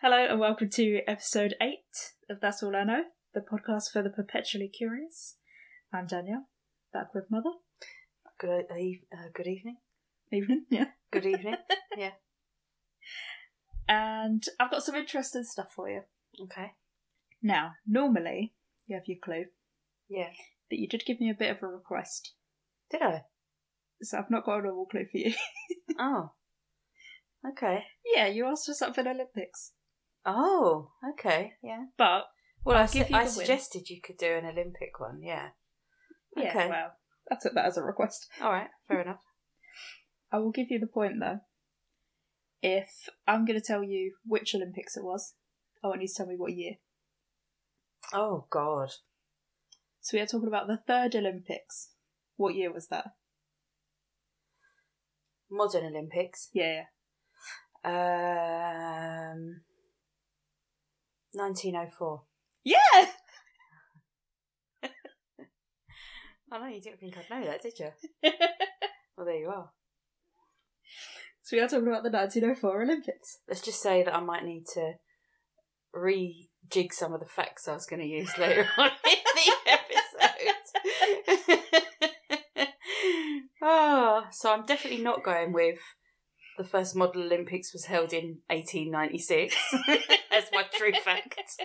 Welcome to episode 8 of That's All I Know, the podcast for the perpetually curious. I'm Danielle, back with Mother. Good uh, eve- uh, good evening. Evening, yeah. Good evening. yeah. And I've got some interesting stuff for you. Okay. Now, normally, you have your clue, Yeah. but you did give me a bit of a request, Did I? so I've not got a normal clue for you. Oh. Okay. yeah, you asked for something Olympics, Oh. Okay. Yeah. but Well, I'll I, su- give you I the win. suggested you could do an Olympic one. Yeah. yeah, Okay. well, I took that as a request. All right. Fair enough. I will give you the point though. If I'm going to tell you which Olympics it was, I want you to tell me what year. Oh God. So we are talking about the third Olympics. What year was that? Modern Olympics. Yeah, yeah. Um. 1904. Yeah! I know you didn't think I'd know that, did you? Well, there you are. so we are talking about the 1904 Olympics. Let's just say that I might need to rejig some of the facts I was going to use later on in the episode. oh, so I'm definitely not going with the first model Olympics was held in 1896 as my true fact.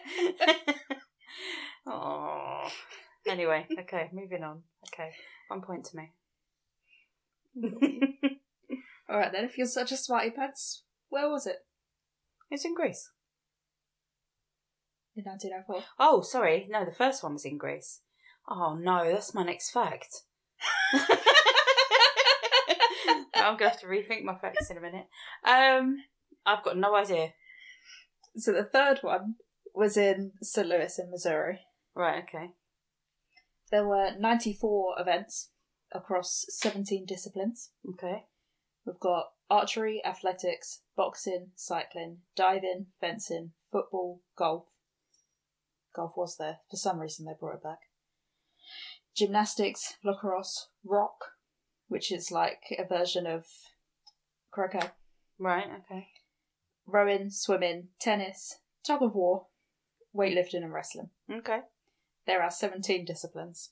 oh. Anyway, okay, moving on. Okay, one point to me. Alright then, if you're such a smarty pants, where was it? it's in Greece. In 1904. Oh, sorry. No, the first one was in Greece. Oh no, that's my next fact. I'm gonna have to rethink my facts in a minute. Um, I've got no idea. So the third one was in St. Louis in Missouri. Right, okay. There were 94 events across 17 disciplines. Okay. We've got archery, athletics, boxing, cycling, diving, fencing, football, golf. Golf was there. For some reason, they brought it back. Gymnastics, lacrosse, rock, which is like a version of croquet. Right, okay. Rowing, swimming, tennis, tug of war, weightlifting, and wrestling. Okay. There are 17 disciplines.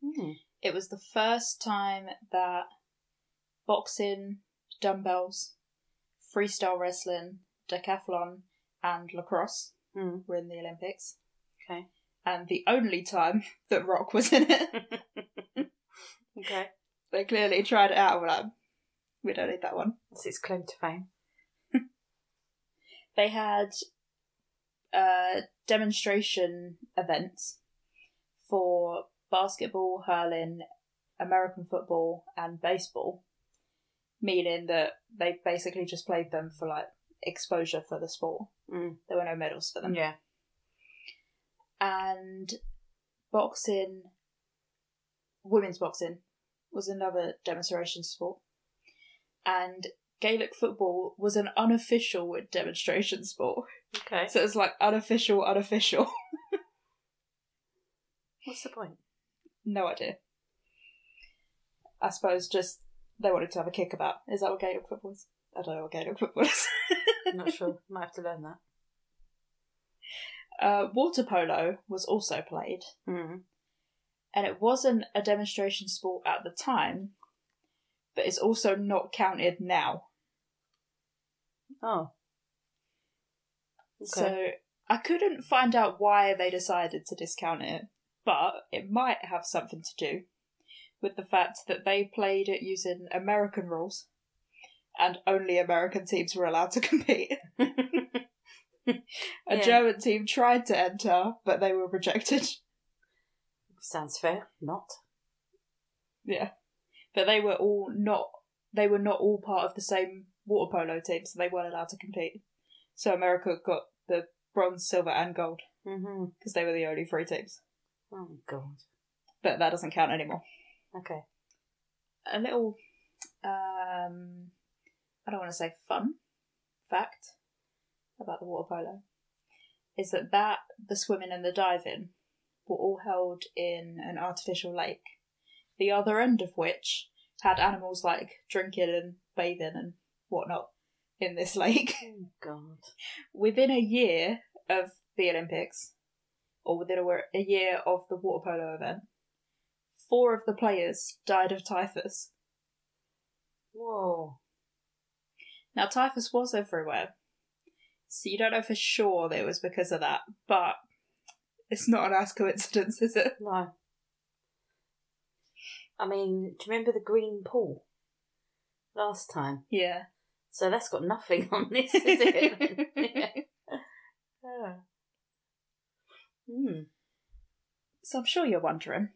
Hmm. It was the first time that boxing, dumbbells, freestyle wrestling, decathlon, and lacrosse Hmm. were in the Olympics. Okay. And the only time that rock was in it. Okay. they clearly tried it out and were like, we don't need that one. That's its claim to fame. They had uh, demonstration events for basketball, hurling, American football, and baseball, meaning that they basically just played them for like exposure for the sport. Mm. There were no medals for them. Yeah. And boxing, women's boxing, was another demonstration sport. And Gaelic football was an unofficial demonstration sport. Okay. So it's like unofficial, unofficial. What's the point? no idea. I suppose just they wanted to have a kick about. Is that what Gaelic football is? I don't know what Gaelic football is. I'm not sure. Might have to learn that. uh, water polo was also played, Mm. and it wasn't a demonstration sport at the time, but it's also not counted now. Oh. Okay. So I couldn't find out why they decided to discount it, but it might have something to do with the fact that they played it using American rules and only American teams were allowed to compete. A Yeah. German team tried to enter, but they were rejected. Sounds fair. Not. Yeah. But they were all not they were not all part of the same water polo team, so they weren't allowed to compete. So America got the bronze, silver and gold Mm-hmm. because they were the only three teams. Oh God. But that doesn't count anymore. Okay. a little um I don't want to say fun fact about the water polo is that that the swimming and the diving were all held in an artificial lake the other end of which had animals like drinking and bathing and whatnot in this lake. Oh, God. Within a year of the Olympics, or within a, wer- a year of the water polo event, four of the players died of typhus. Whoa. Now, typhus was everywhere, so you don't know for sure that it was because of that, but it's not a nice coincidence, is it? No. I mean, do you remember the green pool last time? Yeah. So that's got nothing on this, is it? Yeah. Hmm. So I'm sure you're wondering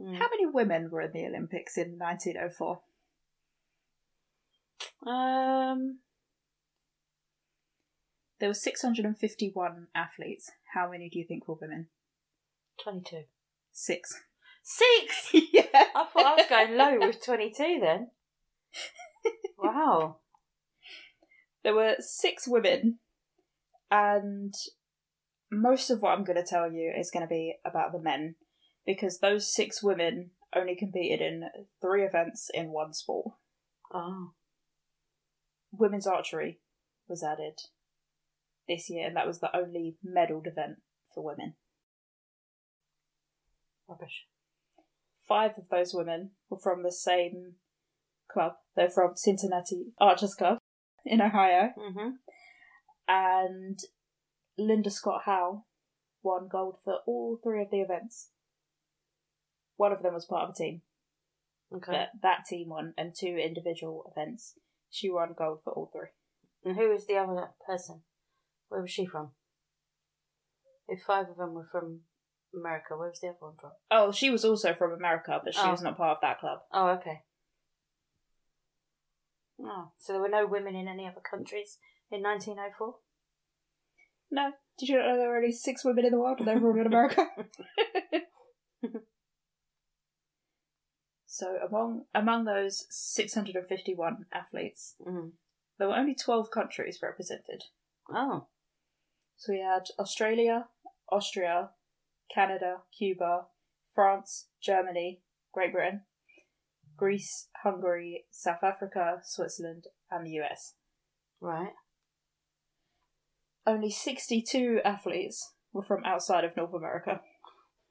Hmm. how many women were in the Olympics in 1904? Um. There were 651 athletes. How many do you think were women? Twenty-two. Six. Six. yeah. I thought I was going low with twenty-two then. Wow. There were six women, and most of what I'm going to tell you is going to be about the men, because those six women only competed in three events in one sport. Oh. Women's archery was added this year, and that was the only medalled event for women. Rubbish. Five of those women were from the same club. They're from Cincinnati Archers Club in Ohio. Mhm. and Linda Scott Howe won gold for all three of the events. One of them was part of a team, Okay. but that team won, and two individual events. She won gold for all three. And who was the other person? Where was she from? If five of them were from America, where was the other one from? Oh, she was also from America, but she Oh. was not part of that club. Oh, okay. Oh, so there were no women in any other countries in 1904? No, did you not know there were only six women in the world, and they were all in America? so among among those 651 athletes, Mm. there were only 12 countries represented. Oh, So we had Australia, Austria, Canada, Cuba, France, Germany, Great Britain, Greece, Hungary, South Africa, Switzerland, and the US. right. Only 62 athletes were from outside of North America.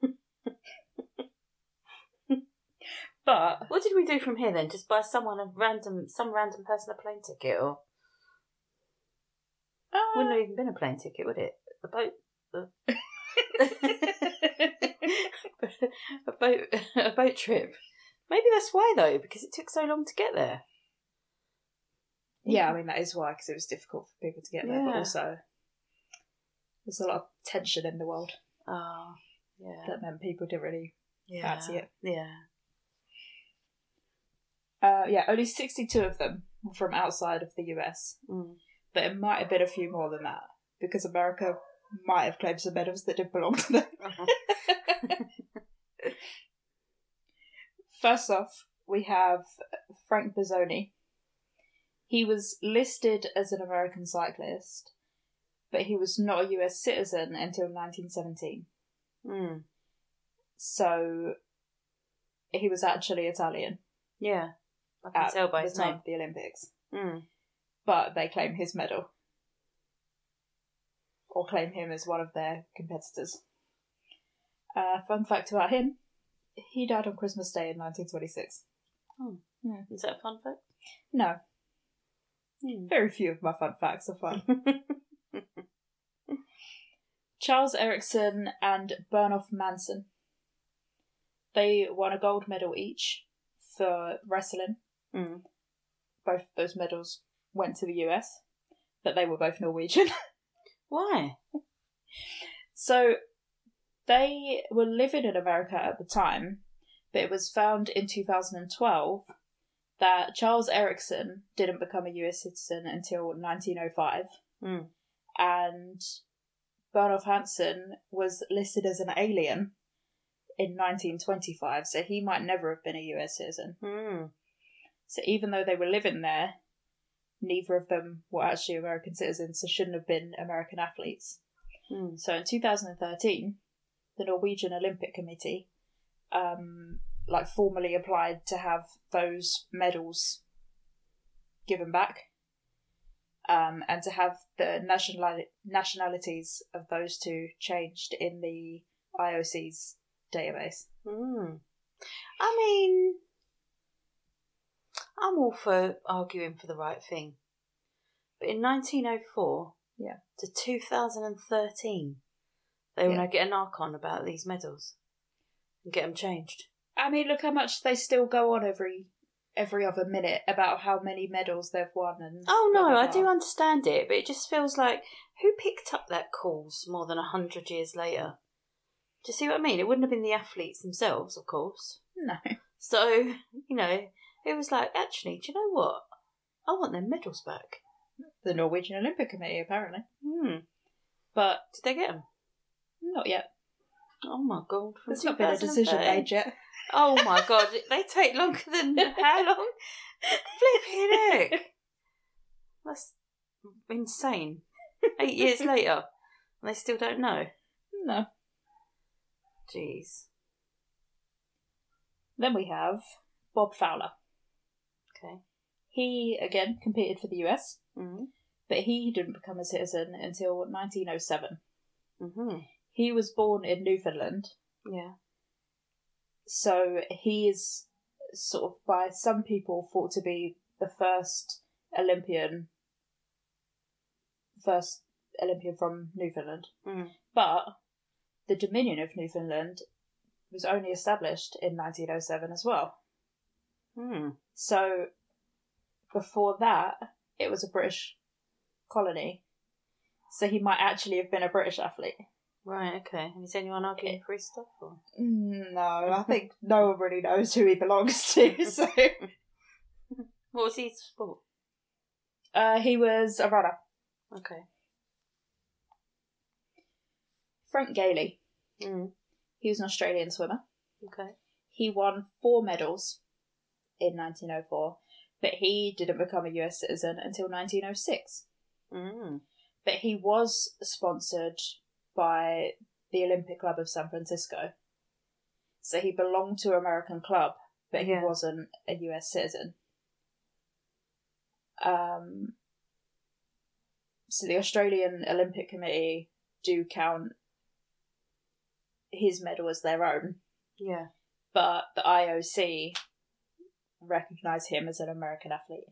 but What did we do from here then? Just buy someone a random, some random person a plane ticket, or wouldn't uh, have even been a plane ticket, would it? A boat, uh, a boat, a boat trip. Maybe that's why though, because it took so long to get there. yeah, I mean, that is why, because it was difficult for people to get there, but Yeah. also there's a lot of tension in the world Oh, yeah, that meant people didn't really yeah, fancy it. yeah. Uh, yeah, only 62 of them were from outside of the US, Mm. but it might have been a few more than that because America might have claimed some medals that didn't belong to them. Uh-huh. First off, we have Frank Bozzoni. He was listed as an American cyclist, but he was not a US citizen until 1917. Mm. So he was actually Italian Yeah, I can at tell by the his time name. of the Olympics. Mm. but they claim his medal or claim him as one of their competitors. Uh, fun fact about him he died on Christmas Day in 1926. Is that a fun fact? No, Mm. very few of my fun facts are fun. Charles Ericsson and Bernhoff Manson. They won a gold medal each for wrestling. Mm. Both those medals went to the US, but they were both Norwegian. Why? So they were living in America at the time, but it was found in 2012 that Charles Ericsson didn't become a US citizen until 1905, Mm. and Bernhoff Hansen was listed as an alien in 1925, so he might never have been a US citizen. Mm. So even though they were living there, neither of them were actually American citizens, so shouldn't have been American athletes. Mm. So in 2013, the Norwegian Olympic Committee, um, like formally applied to have those medals given back um, and to have the national nationalities of those two changed in the IOC's database. Mm. I mean, I'm all for arguing for the right thing. But in 1904 Yeah. to 2013, they were Yeah. going to get an arc on about these medals and get them changed. I mean, look how much they still go on every every other minute about how many medals they've won and. Oh no, blah, blah, I do blah. understand it, but it just feels like who picked up that cause more than a hundred years later? Do you see what I mean? It wouldn't have been the athletes themselves, of course. No. So, you know, it was like, actually, do you know what? I want their medals back. The Norwegian Olympic Committee, apparently. Hmm. But Did they get them? not yet. Oh my god. from There's not been a decision 2013. made yet. Oh my god, they take longer than how long? Flipping heck. That's insane. Eight years later, and they still don't know. No. Jeez. Then we have Bob Fowler. Okay. He again competed for the US, Mm. but he didn't become a citizen until 1907. hmm He was born in Newfoundland, Yeah. so he is sort of by some people thought to be the first Olympian, first Olympian from Newfoundland. Mm. But the Dominion of Newfoundland was only established in 1907 as well. Hmm. So before that, it was a British colony. So he might actually have been a British athlete. Right, okay. And is anyone arguing for his stuff? Or? Mm, No, I think no one really knows who he belongs to. So What was his sport? uh, he was a runner. Okay. Frank Gailey. Mm. He was an Australian swimmer. Okay. He won four medals in 1904, but he didn't become a US citizen until 1906. Mm. But he was sponsored by the Olympic Club of San Francisco. So he belonged to an American club, but Yeah. he wasn't a US citizen. Um, so the Australian Olympic Committee do count his medal as their own, Yeah. but the IOC recognise him as an American athlete.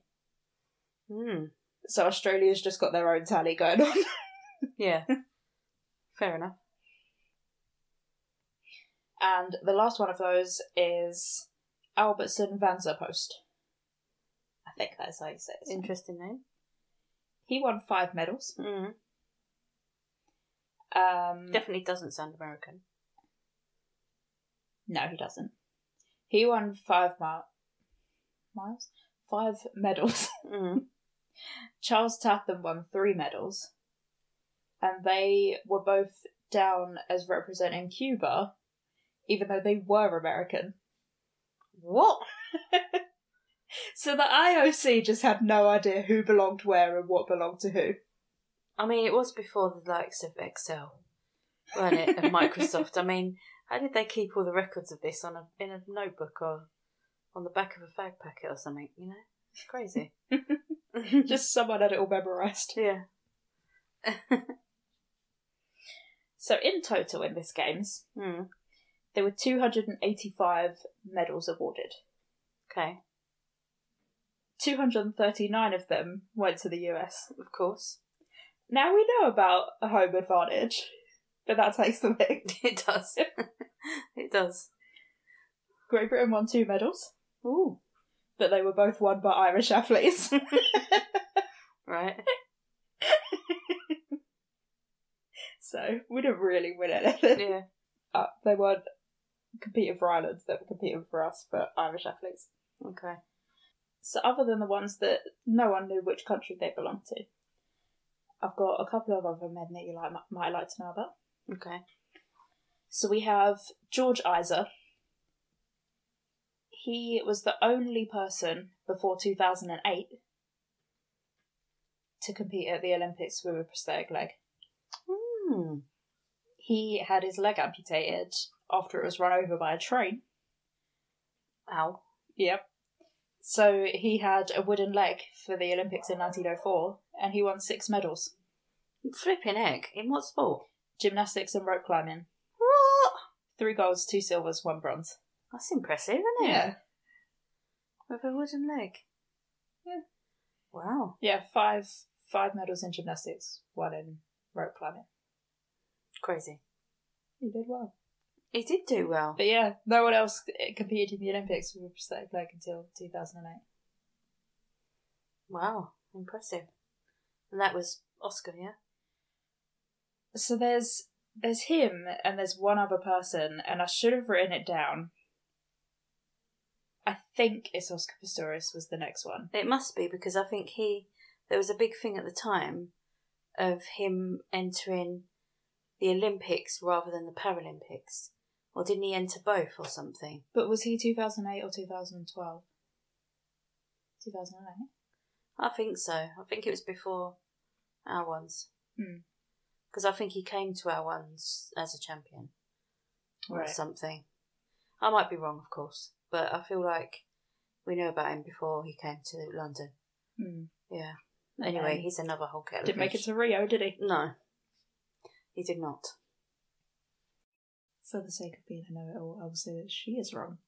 Mm. So Australia's just got their own tally going on. Yeah. Fair enough. And the last one of those is Albertson Van Post. I think that's how you say it. Interesting name. He won five medals. Mm. Um, Definitely doesn't sound American. no, he doesn't. He won five mi- miles? Five medals. Mm. Charles Tatham won three medals. And they were both down as representing Cuba, even though they were American. What? So the IOC just had no idea who belonged where and what belonged to who. I mean, it was before the likes of Excel, weren't it? And Microsoft. I mean, how did they keep all the records of this on a in a notebook or on the back of a fag packet or something? You know, it's crazy. Just someone had it all memorised. yeah. So in total in this games, Hmm. there were 285 medals awarded. Okay. 239 of them went to the US. Of course, Now we know about a home advantage, but that takes the pick. it does. it does. Great Britain won two medals, Ooh. but they were both won by Irish athletes. Right. so we didn't really win anything. Yeah. Uh, they weren't competing for Ireland, they were competing for us, but Irish athletes. Okay. So, other than the ones that no one knew which country they belonged to, I've got a couple of other men that you like might like to know about. Okay. So we have George Isa. He was the only person before 2008 to compete at the Olympics with a prosthetic leg. Hmm. He had his leg amputated after it was run over by a train. Ow. Yep. So he had a wooden leg for the Olympics in 1904, and he won six medals: Flipping egg. In what sport? gymnastics and rope climbing. What? Three golds, two silvers, one bronze. That's impressive, isn't it? With a wooden leg. Yeah. Wow. yeah, five five medals in gymnastics, one in rope climbing. Crazy. He did well. He did do well. But yeah, no one else competed in the Olympics with a prosthetic leg until 2008. Wow. Impressive. And that was Oscar, yeah? So there's there's him and there's one other person, and I should have written it down. I think it's Oscar Pistorius was the next one. It must be because I think he there was a big thing at the time of him entering the Olympics rather than the Paralympics. Or didn't he enter both or something? But was he 2008 or 2012? 2008. I think so. I think it was before our ones. Hmm. Because I think he came to our ones as a champion or Right. something. I might be wrong, of course, but I feel like we knew about him before he came to London. Hmm. Yeah. Anyway, Um, he's another whole kettle. of Didn't make it fish. to Rio, did he? No, he did not. For the sake of being a know-it-all, I will say that she is wrong.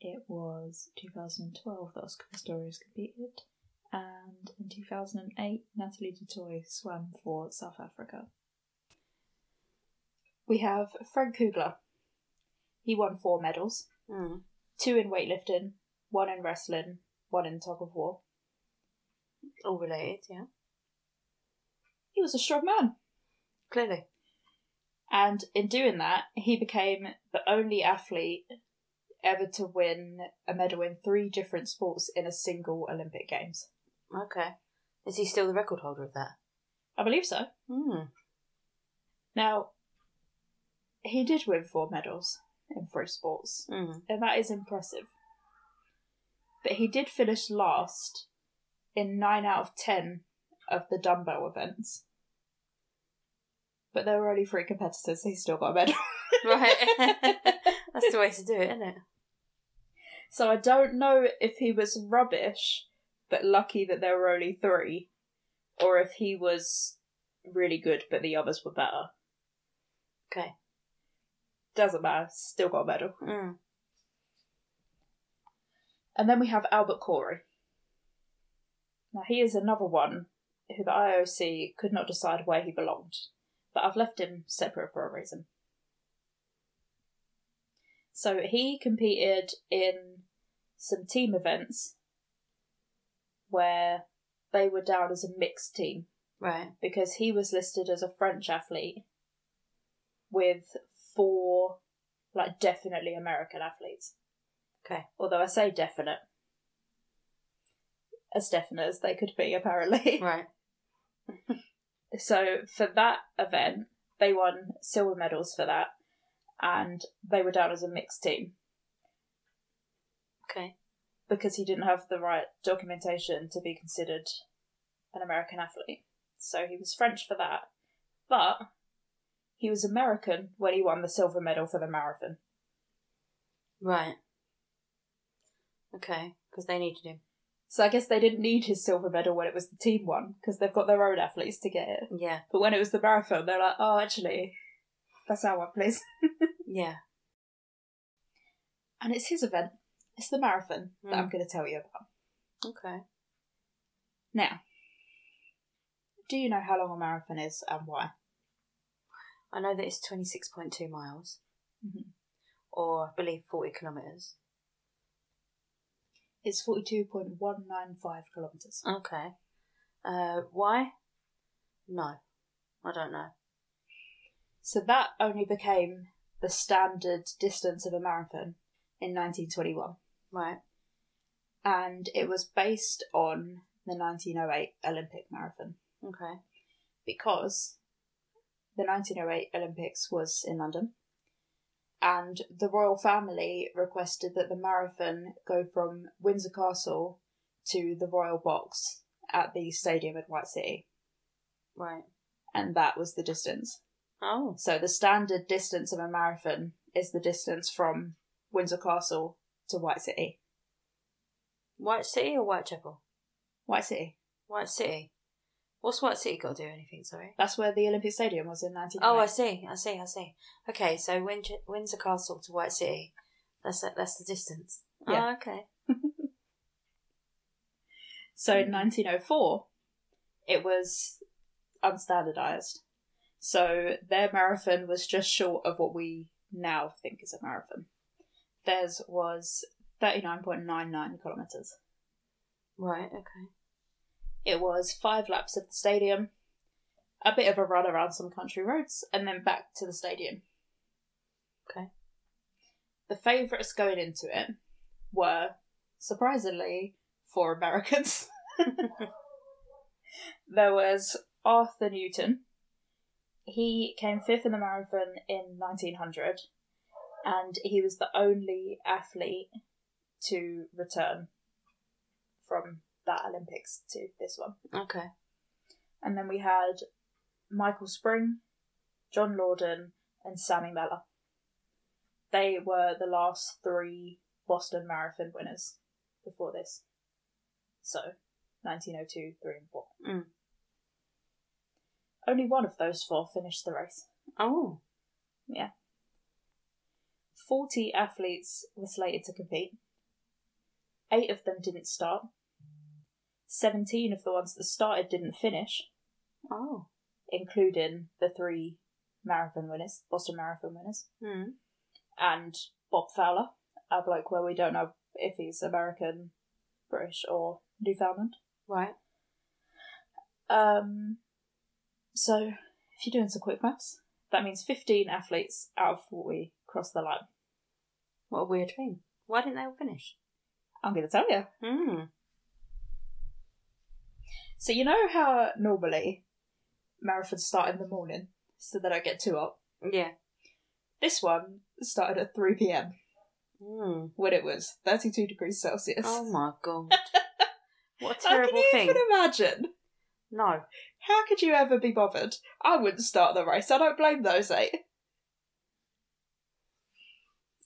It was 2012 that Oscar Pistorius competed, and in 2008, Natalie Dutoy swam for South Africa. We have Frank Kugler. He won four medals, Mm. two in weightlifting, one in wrestling, one in tug of war. All related, yeah. He was a strong man. Clearly. And in doing that, he became the only athlete ever to win a medal in three different sports in a single Olympic Games. Okay. Is he still the record holder of that? I believe so. Mm. Now, he did win four medals in three sports, Mm. and that is impressive. But he did finish last in nine out of ten of the dumbbell events. But there were only three competitors, so he still got a medal. Right. That's the way to do it, isn't it? So I don't know if he was rubbish, but lucky that there were only three, or if he was really good but the others were better. Okay. Doesn't matter, still got a medal. Mm. And then we have Albert Corey. Now he is another one who the IOC could not decide where he belonged, but I've left him separate for a reason. So he competed in some team events where they were down as a mixed team Right. because he was listed as a French athlete with four, like, definitely American athletes. Okay. Although I say definite. As definite as they could be, apparently. Right. So for that event, they won silver medals for that, and they were down as a mixed team Okay. because he didn't have the right documentation to be considered an American athlete. So he was French for that, but he was American when he won the silver medal for the marathon. Right. Okay. Because they needed him. So I guess they didn't need his silver medal when it was the team one because they've got their own athletes to get it. Yeah. But when it was the marathon, they're like, oh, actually, that's our one, please. Yeah. And it's his event. It's the marathon that Mm. I'm going to tell you about. Okay. Now, do you know how long a marathon is and why? I know that it's 26.2 miles, Mhm. or I believe 40 kilometres. It's 42.195 kilometres. Okay. Uh, why? No. I don't know. So that only became the standard distance of a marathon in 1921. Right. And it was based on the 1908 Olympic Marathon Okay. because the 1908 Olympics was in London. And the royal family requested that the marathon go from Windsor Castle to the royal box at the stadium at White City. Right. And that was the distance. Oh. So the standard distance of a marathon is the distance from Windsor Castle to White City. White City or Whitechapel? White City. White City. What's White City got to do with anything? Sorry. That's where the Olympic Stadium was in 19. Oh, I see. I see. I see. Okay, so Winch- Windsor Castle to White City. That's the- that's the distance. Yeah. Oh, okay. So in 1904, it was unstandardized. So their marathon was just short of what we now think is a marathon. Theirs was 39.99 kilometers. Right. Okay. It was five laps of the stadium, a bit of a run around some country roads, and then back to the stadium. Okay. The favourites going into it were, surprisingly, four Americans. there was Arthur Newton. He came fifth in the marathon in 1900, and he was the only athlete to return from that Olympics to this one. Okay. And then we had Michael Spring, John Lorden, and Sammy Mellor. They were the last three Boston Marathon winners before this. So, 1902, 3, and 4. Mm. Only one of those four finished the race. Oh. 40 athletes were slated to compete. Eight of them didn't start. 17 of the ones that started didn't finish. Oh. including the three marathon winners, Boston Marathon winners, Hmm. and Bob Fowler, a bloke where we don't know if he's American, British, or Newfoundland. Right. Um, so, if you're doing some quick maths, that means 15 athletes out of 40 cross the line. What a weird thing. Why didn't they all finish? I'm going to tell you. Hmm. So, you know how normally marathons start in the morning so they don't get too up? Yeah. This one started at 3 pm Hmm. when it was 32 degrees Celsius. Oh my god. what a How can terrible you thing. even imagine? No. How could you ever be bothered? I wouldn't start the race. I don't blame those eh? eight.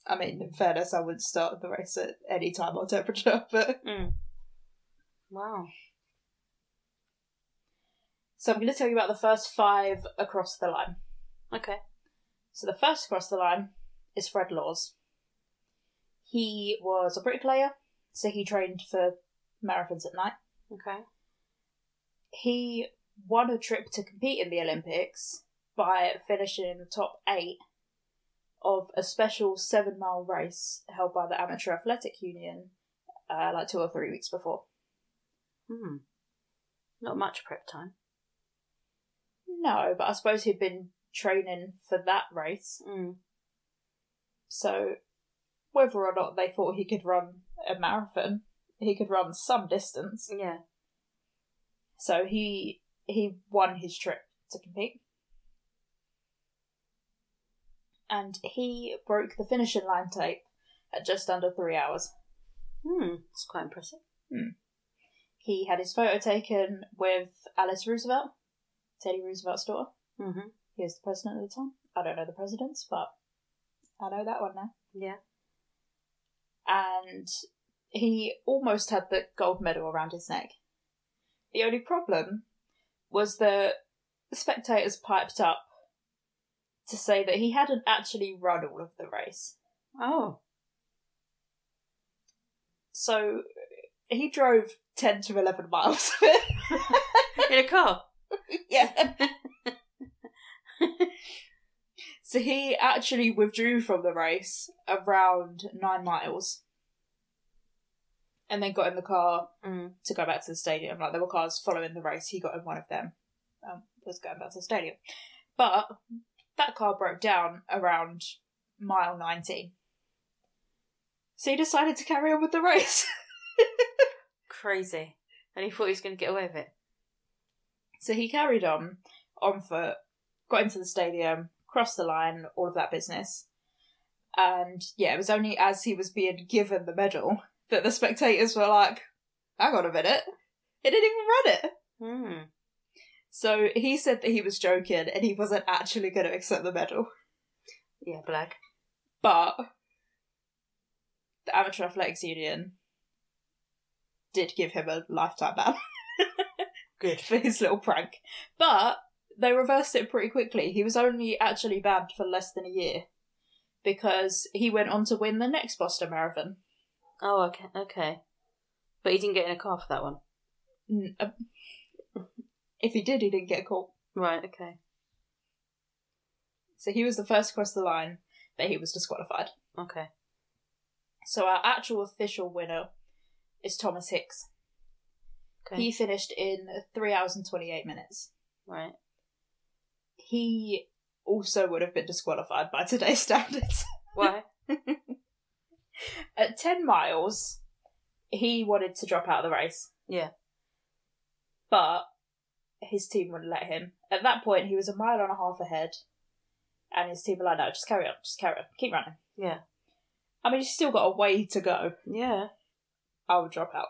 I mean, in fairness, I wouldn't start the race at any time or temperature. But Mm. Wow. so I'm going to tell you about the first five across the line. Okay. So the first across the line is Fred Laws. He was a bricklayer, so he trained for marathons at night. Okay. he won a trip to compete in the Olympics by finishing in the top eight of a special seven mile race held by the Amateur Athletic Union uh, like two or three weeks before. Hmm. Not much prep time. No, but I suppose he'd been training for that race, Mm. so whether or not they thought he could run a marathon, he could run some distance. Yeah. So he he won his trip to compete. And he broke the finishing line tape at just under three hours. Hmm. It's quite impressive. He had his photo taken with Alice Roosevelt, Teddy Roosevelt's daughter. Mm-hmm. He was the president at the time. I don't know the presidents, but I know that one now. Yeah. and he almost had the gold medal around his neck. The only problem was that spectators piped up to say that he hadn't actually run all of the race. Oh. So he drove 10 to 11 miles. In a car. yeah. so he actually withdrew from the race around nine miles and then got in the car Mm. to go back to the stadium. Like there were cars following the race. He got in one of them. Um, was going back to the stadium, but that car broke down around mile nineteen. So he decided to carry on with the race. Crazy. And he thought he was going to get away with it. so he carried on on foot, got into the stadium, crossed the line, all of that business. And yeah, it was only as he was being given the medal that the spectators were like, "Hang on a minute, he didn't even run it." Hmm. So he said that he was joking and he wasn't actually going to accept the medal. Yeah, black. But the Amateur Athletics Union did give him a lifetime ban Good. for his little prank. But they reversed it pretty quickly. He was only actually banned for less than a year because he went on to win the next Boston Marathon. Oh, okay, okay. But he didn't get in a car for that one. N- uh, If he did, he didn't get caught. Right, okay. So he was the first across the line, but he was disqualified. Okay. So our actual official winner is Thomas Hicks. Okay. He finished in 3 hours and 28 minutes. Right. He also would have been disqualified by today's standards. Why? At 10 miles, he wanted to drop out of the race. Yeah. But his team wouldn't let him. At that point, he was a mile and a half ahead, and his team were like, no, just carry on, just carry on, keep running. Yeah. I mean, he's still got a way to go. Yeah. I would drop out.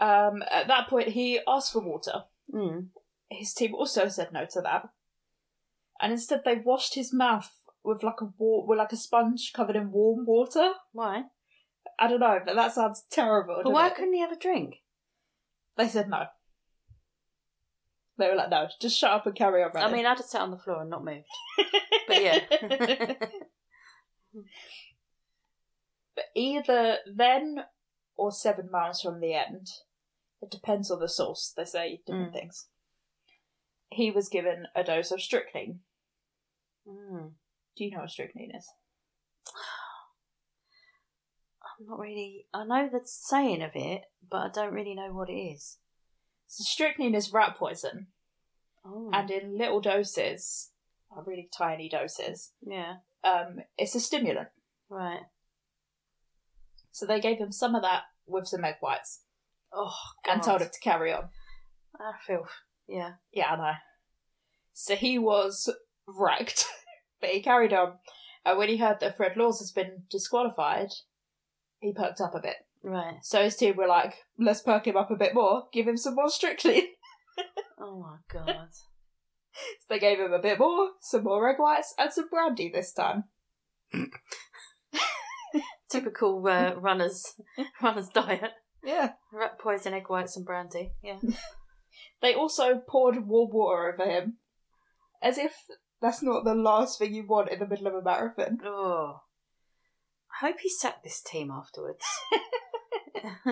Um, at that point, he asked for water. Mm. His team also said no to that, and instead they washed his mouth with like a wa- with like a sponge covered in warm water. Why? I don't know, but that sounds terrible. But doesn't why it? couldn't he have a drink? they said no? They were like, no, just shut up and carry on running. I mean, I'd have sat on the floor and not moved. But yeah. but either then or seven miles from the end. It depends on the source. They say different Mm. things. He was given a dose of strychnine. mm. Do you know what strychnine is? I'm not really. I know the saying of it, but I don't really know what it is. So strychnine is rat poison, Oh. and in little doses, uh, really tiny doses, yeah. um, it's a stimulant. Right. So they gave him some of that with some egg whites Oh, and God. told him to carry on. I feel. Yeah. Yeah, I know. So he was wrecked, but he carried on. And when he heard that Fred Laws has been disqualified, he perked up a bit. Right. So his team were like, let's perk him up a bit more, give him some more strychnine. Oh my God. So they gave him a bit more, some more egg whites, and some brandy this time. Typical uh, runners runners diet. Yeah. Rat poison, egg whites, and brandy. Yeah. They also poured warm water over him, as if that's not the last thing you want in the middle of a marathon. Oh. I hope he sacked this team afterwards.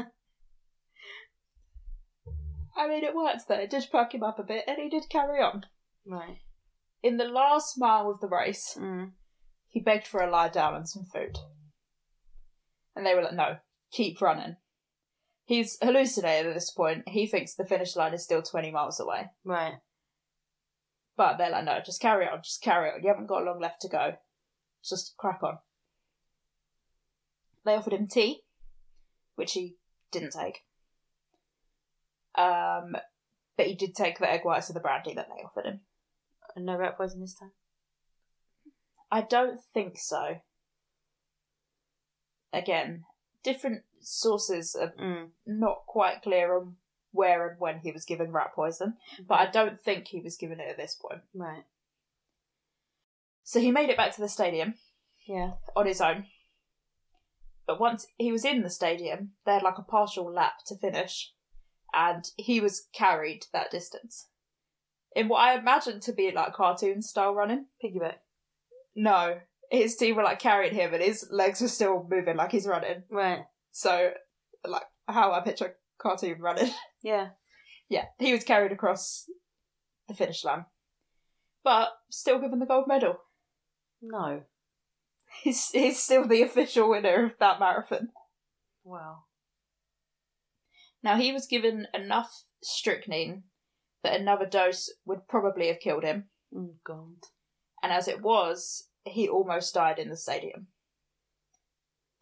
I mean, it worked though, it did perk him up a bit, and he did carry on. right. In the last mile of the race, Mm. he begged for a lie down and some food. And they were like, no, keep running. He's hallucinated at this point. He thinks the finish line is still 20 miles away. Right. But they're like, no, just carry on, just carry on. You haven't got long left to go. Just crack on. They offered him tea, which he didn't take. Um, but he did take the egg whites and the brandy that they offered him. And no rat poison this time. I don't think so. Again, different sources are Mm. not quite clear on where and when he was given rat poison, but I don't think he was given it at this point. Right. So he made it back to the stadium Yeah. on his own. But once he was in the stadium, they had like a partial lap to finish, and he was carried that distance. In what I imagine to be like cartoon style running. Piggyback. No. His team were like carrying him and his legs were still moving like he's running. Right. So like how I picture a cartoon running. Yeah. yeah, he was carried across the finish line. But still given the gold medal. No. He's he's still the official winner of that marathon. Wow. Now he was given enough strychnine that another dose would probably have killed him, Oh God. and as it was, he almost died in the stadium.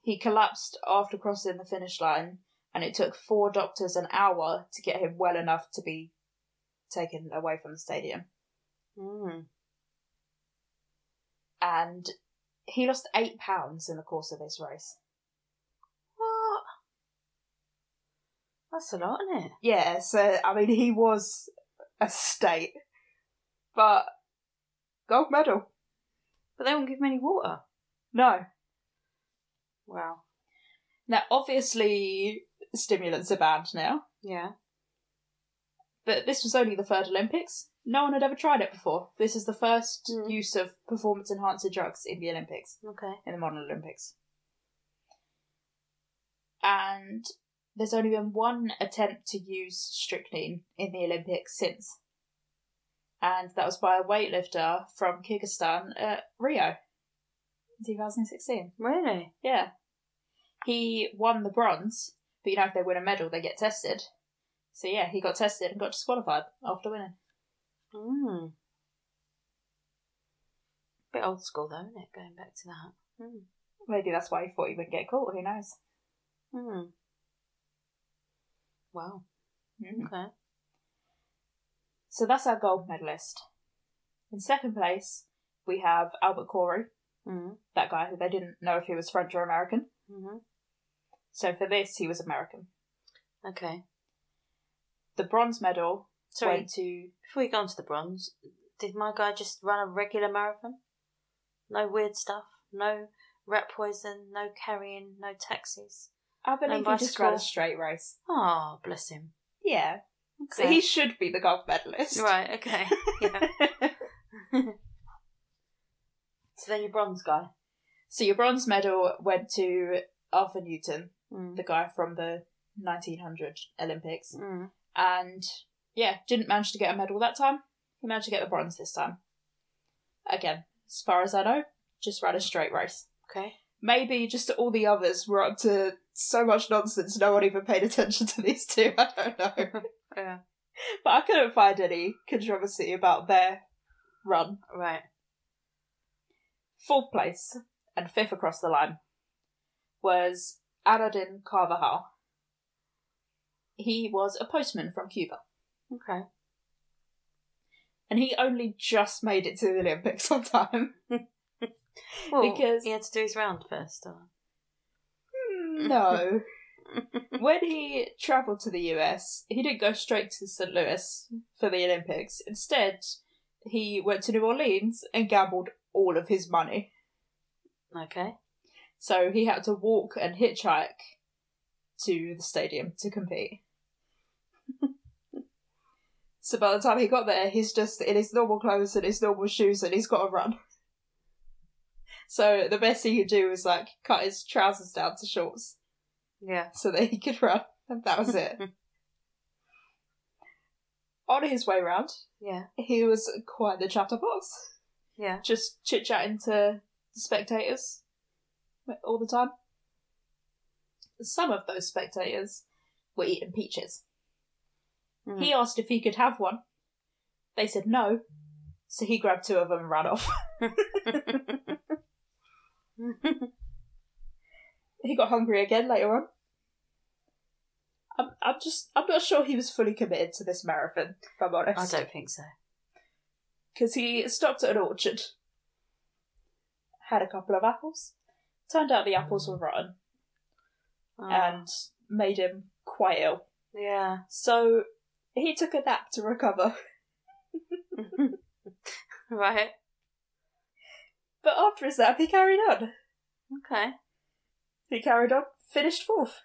He collapsed after crossing the finish line, and it took four doctors an hour to get him well enough to be taken away from the stadium. Mm. And he lost eight pounds in the course of this race. What? That's a lot, isn't it? Yeah, so I mean, he was a state, but gold medal. But they won't give him any water. No, Wow. Now, obviously, stimulants are banned now. Yeah. But this was only the third Olympics. No one had ever tried it before. This is the first Mm. use of performance enhancer drugs in the Olympics, Okay. in the modern Olympics. And there's only been one attempt to use strychnine in the Olympics since. And that was by a weightlifter from Kyrgyzstan at Rio in 2016. Really? Yeah. He won the bronze, but you know, if they win a medal, they get tested. So yeah, he got tested and got disqualified after winning. Mm. Bit old school though, isn't it? Going back to that. Mm. Maybe that's why he thought he wouldn't get caught, who knows? Mm. Wow. Mm. Okay. So that's our gold medalist. In second place, we have Albert Corey, Mm. that guy who they didn't know if he was French or American. hmm So for this, he was American. Okay. The bronze medal Sorry. went to. Before you go on to the bronze, did my guy just run a regular marathon? No weird stuff. No rat poison. No carrying. No taxis. I believe he by just ran a school. straight race. Ah, bless him. Yeah. So Okay. he should be the gold medalist. Right. Okay. Yeah. so then your bronze guy. So your bronze medal went to Arthur Newton, Mm. the guy from the 1900 Olympics, Mm. and yeah, didn't manage to get a medal that time. He managed to get the bronze this time. Again, as far as I know, just ran a straight race. Okay. Maybe just all the others were up to so much nonsense, no one even paid attention to these two. I don't know, Yeah. but I couldn't find any controversy about their run. Right. Fourth place and fifth across the line was Aladdin Carvajal. He was a postman from Cuba, Okay. and he only just made it to the Olympics on time. Well, Because- he had to do his round first. uh, Or... No. when he travelled to the US, he didn't go straight to St. Louis for the Olympics. Instead, he went to New Orleans and gambled all of his money. Okay. So he had to walk and hitchhike to the stadium to compete. so by the time he got there, he's just in his normal clothes and his normal shoes and he's got to run. So the best he could do was like cut his trousers down to shorts Yeah. so that he could run. And that was it. On his way round, Yeah. he was quite the chatterbox, Yeah. just chit chatting to the spectators all the time. Some of those spectators were eating peaches. Mm. He asked if he could have one. They said no, so he grabbed two of them and ran off. he got hungry again later on. I'm, I'm just, I'm not sure he was fully committed to this marathon, if I'm I honest. don't think so. Because he stopped at an orchard, had a couple of apples, turned out the apples were rotten, Oh, and made him quite ill. yeah. So he took a nap to recover. Right. But after his nap, he carried on. Okay. He carried on, finished fourth.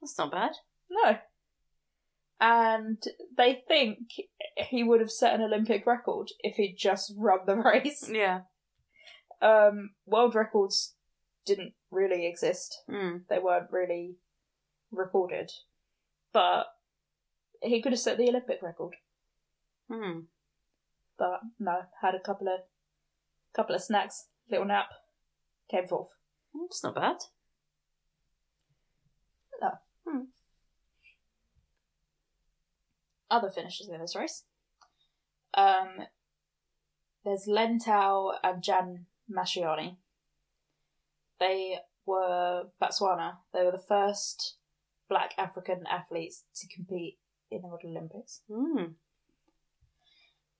That's not bad. No. And they think he would have set an Olympic record if he'd just run the race. Yeah. Um, world records didn't really exist, Mm. they weren't really recorded. But he could have set the Olympic record. Mm. But no, had a couple of couple of snacks, little nap, came fourth. That's not bad. other finishers in this race. Um, there's Len Tao and Jan Mascioni. They were Botswana. They were the first black African athletes to compete in the World Olympics. Mm.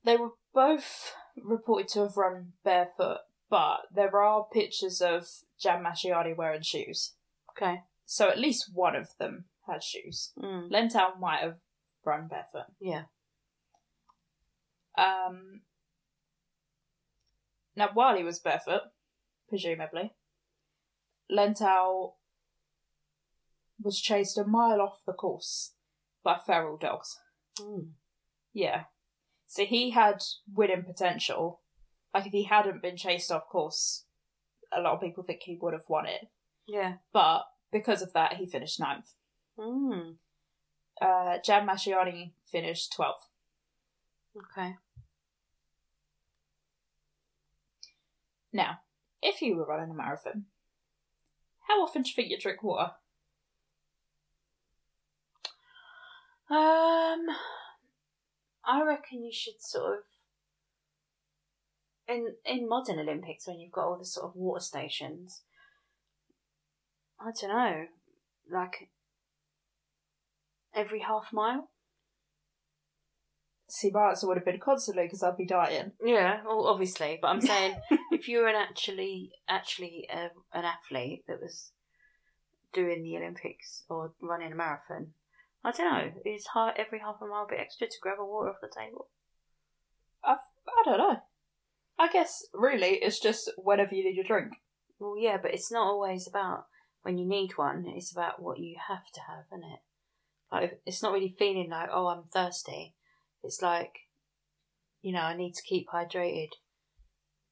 They were both reported to have run barefoot, but there are pictures of Jan Mascioni wearing shoes. Okay. So at least one of them had shoes. Mm. Len Tao might have run barefoot. Yeah. Um, now, while he was barefoot, presumably, Lentau was chased a mile off the course by feral dogs. Mm. Yeah. So he had winning potential. Like if he hadn't been chased off course, a lot of people think he would have won it. Yeah. But because of that, he finished ninth. Mm. Uh, Jan Masciani finished twelfth. Okay. Now, if you were running a marathon, how often do you think you drink water? Um, I reckon you should sort of in in modern Olympics when you've got all the sort of water stations. I don't know, like every half mile. See, my answer would have been constantly because I'd be dying. Yeah, well, obviously, but I'm saying if you were an actually actually um, an athlete that was doing the Olympics or running a marathon, I don't know, is ha every half a mile a bit extra to grab a water off the table? I don't know. I guess really it's just whenever you need your drink. Well, yeah, but it's not always about when you need one. It's about what you have to have, isn't it? Like it's not really feeling like oh I'm thirsty. It's like, you know, I need to keep hydrated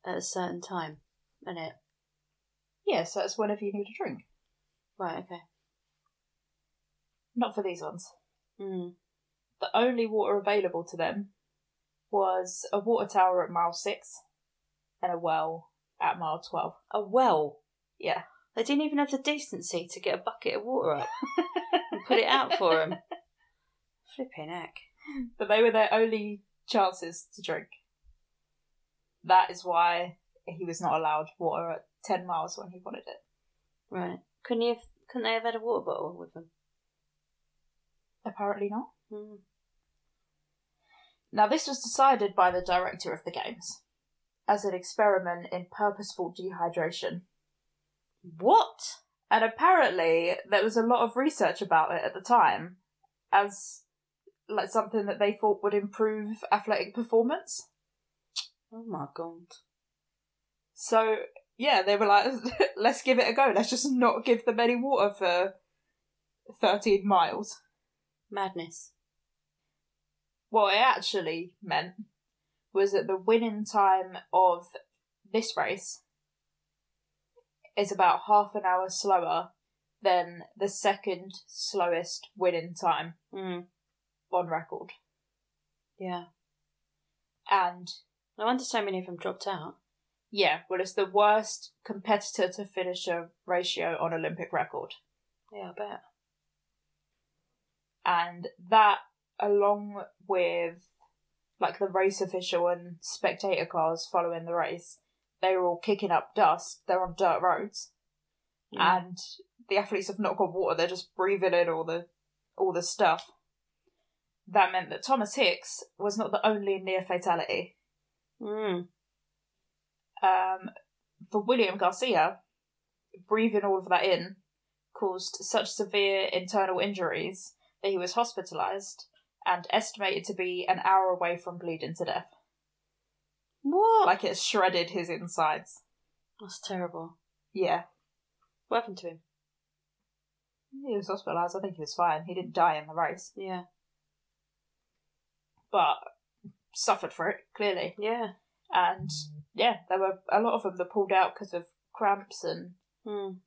at a certain time, isn't it? Yeah, so it's whenever you need a drink. Right. Okay. Not for these ones. Mm. The only water available to them was a water tower at mile six and a well at mile 12. A Oh, well. Yeah. They didn't even have the decency to get a bucket of water up and put it out for them. Flipping heck. But they were their only chances to drink. That is why he was not allowed water at 10 miles when he wanted it. Right. Couldn't you have, couldn't they have had a water bottle with them? Apparently not. Mm. Now, this was decided by the director of the Games as an experiment in purposeful dehydration. What? And apparently, there was a lot of research about it at the time as like something that they thought would improve athletic performance. Oh my god. So, yeah, they were like, let's give it a go. Let's just not give them any water for 13 miles. Madness. What it actually meant was that the winning time of this race is about half an hour slower than the second slowest winning time Mm. on record. Yeah. And No wonder so many of them dropped out. yeah, well, it's the worst competitor to finisher ratio on Olympic record. Yeah, I bet. and that along with like the race official and spectator cars following the race they were all kicking up dust they're on dirt roads Yeah. and the athletes have not got water they're just breathing in all the all the stuff that meant that thomas hicks was not the only near fatality Mm. um, for william garcia breathing all of that in caused such severe internal injuries that he was hospitalized and estimated to be an hour away from bleeding to death. What? Like it shredded his insides. That's terrible. Yeah. What happened to him? He was hospitalized. I think he was fine. He didn't die in the race, Yeah. but suffered for it, clearly. Yeah. And yeah, there were a lot of them that pulled out because of cramps and, Mm.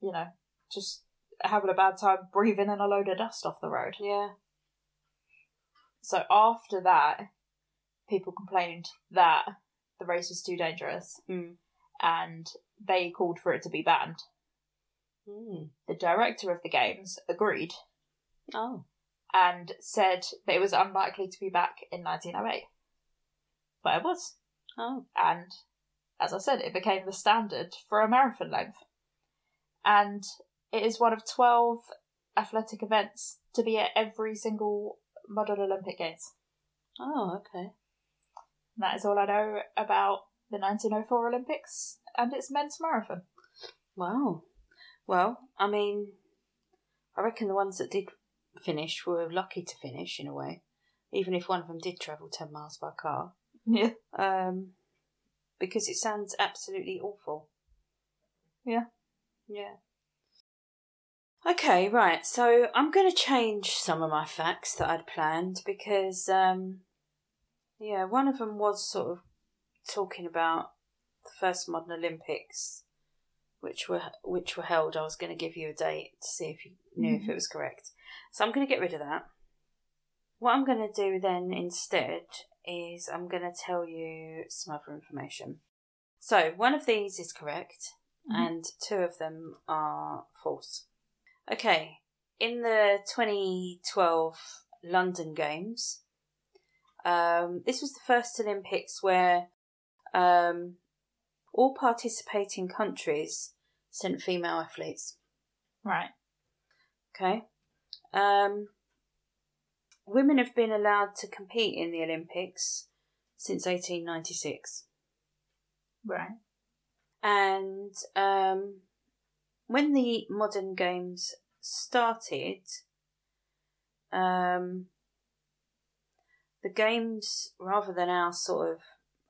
you know, just having a bad time breathing in a load of dust off the road. Yeah. So after that, people complained that the race was too dangerous Mm. and they called for it to be banned. Mm. The director of the Games agreed Oh. and said that it was unlikely to be back in 1908. But it was. Oh. And as I said, it became the standard for a marathon length. And it is one of 12 athletic events to be at every single modern Olympic Games. Oh, okay. And that is all I know about the 1904 Olympics and its men's marathon. Wow. Well, I mean, I reckon the ones that did finish were lucky to finish in a way, even if one of them did travel 10 miles by car. Yeah. Um, because it sounds absolutely awful. Yeah. Yeah. Okay, right. So I'm going to change some of my facts that I'd planned because, um, yeah, one of them was sort of talking about the first modern Olympics, which were which were held. I was going to give you a date to see if you knew if it was correct. So I'm going to get rid of that. What I'm going to do then instead is I'm going to tell you some other information. So one of these is correct, Mhm. and two of them are false. Okay, in the 2012 London Games, um, this was the first Olympics where um, all participating countries sent female athletes. Right. Okay. Um, women have been allowed to compete in the Olympics since 1896. Right. And um, when the modern games started, um, the games, rather than our sort of,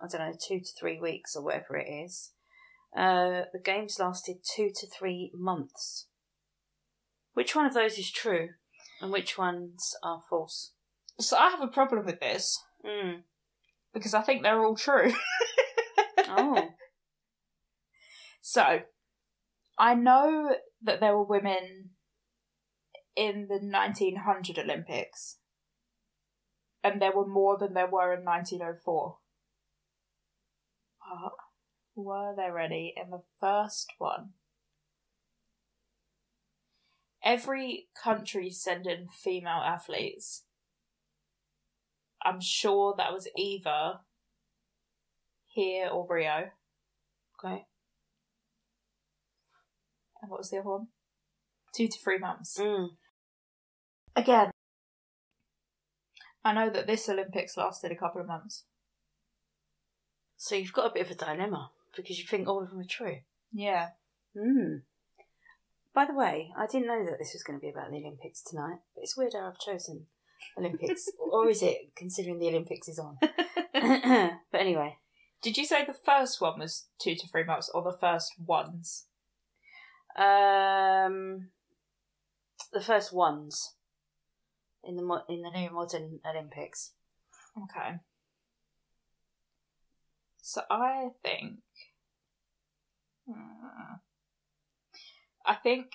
I don't know, two to three weeks or whatever it is, uh, the games lasted two to three months. Which one of those is true and which ones are false? So I have a problem with this Mm. because I think they're all true. Oh, So, I know that there were women in the 1900 Olympics, and there were more than there were in 1904. But were there any in the first one? Every country sent in female athletes. I'm sure that was either here or Rio. okay. And what was the other one? Two to three months. Mm. Again. I know that this Olympics lasted a couple of months. So you've got a bit of a dilemma because you think all of them are true. Yeah. Mm. By the way, I didn't know that this was going to be about the Olympics tonight, but it's weird how I've chosen Olympics. or is it, considering the Olympics is on? but anyway, Did you say the first one was two to three months or the first ones? um, the first ones in the mo- in the new modern Olympics. Okay. So I think. Hmm. I think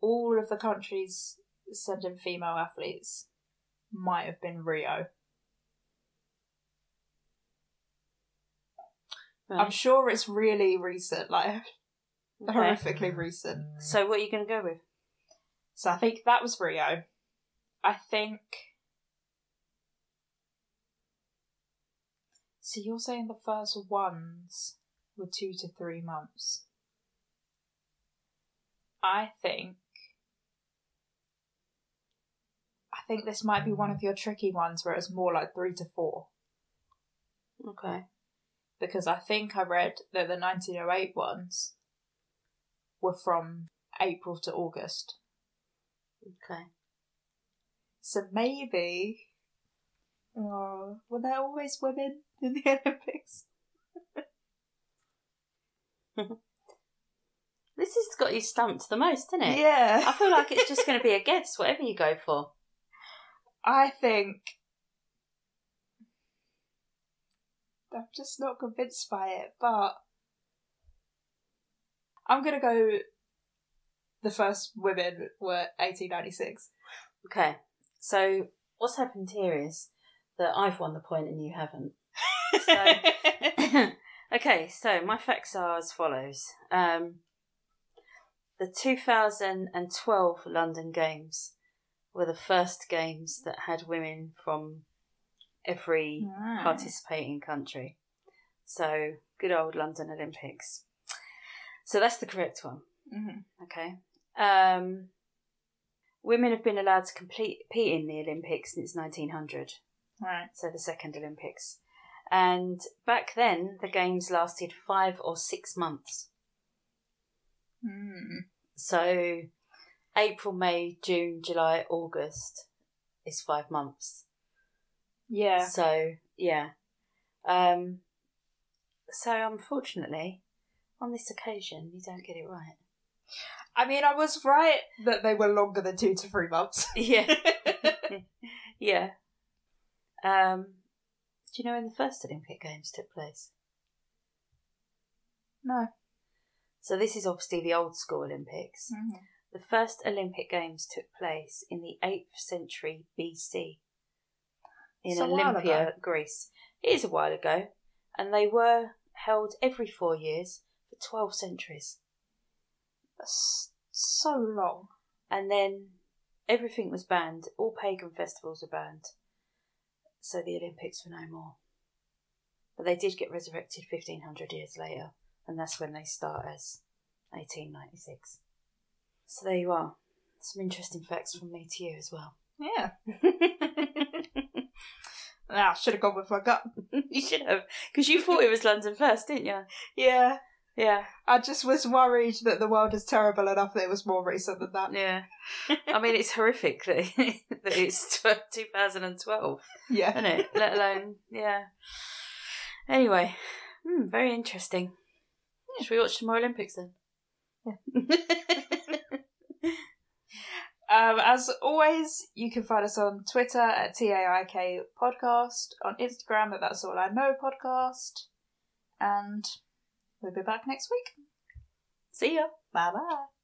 all of the countries sending female athletes might have been Rio. I'm Right. sure it's really recent, like Okay. horrifically recent. So what are you going to go with? So I think that was Rio. I think. So you're saying the first ones were two to three months. I think. I think this might be one of your tricky ones where it's more like three to four. Okay. Because I think I read that the 1908 ones were from April to August. Okay. So maybe. Oh, were there always women in the Olympics? This has got you stumped the most, hasn't it? I Yeah. feel like it's just going to be a guess, whatever you go for. I think. I'm just not convinced by it, but. I'm gonna go. The first women were 1896. Okay. So what's happened here is that I've won the point and you haven't. mm-hmm. So- okay, so my facts are as follows. Um, the 2012 London Games were the first games that had women from every Hmm. participating country. So good old London Olympics. So that's the correct one. Mhm. Okay. Um, women have been allowed to complete, compete in the Olympics since 1900, Right. so the second Olympics. And back then, the Games lasted five or six months. Mm. So April, May, June, July, August is five months. Yeah. So, yeah. Um, so, unfortunately, on this occasion, you don't get it right. I mean, I was right that they were longer than two to three months. Yeah. yeah. Um, do you know when the first Olympic Games took place? No. So this is obviously the old school Olympics. Mm. The first Olympic Games took place in the 8th century BC in It's a while Olympia, Greece. It is a while ago, and they were held every four years for 12 centuries. That's so long. and then everything was banned. All pagan festivals were banned, so the Olympics were no more. But they did get resurrected fifteen hundred years later, and that's when they start as eighteen ninety six. So there you are. Some interesting facts from me to you as well. Yeah. Ah, I should have gone with my gut. you should have, because you thought it was London first, didn't you? Yeah. Yeah, I just was worried that the world is terrible enough that it was more recent than that. yeah. I mean, it's horrific that, that it's two thousand and twelve. Yeah. isn't it? Let alone, yeah. Anyway, mm, very interesting. Should we watch some more Olympics then? Um, as always, you can find us on Twitter at TAIK Podcast, on Instagram at That's All I Know Podcast, and we'll be back next week. See ya. Bye bye.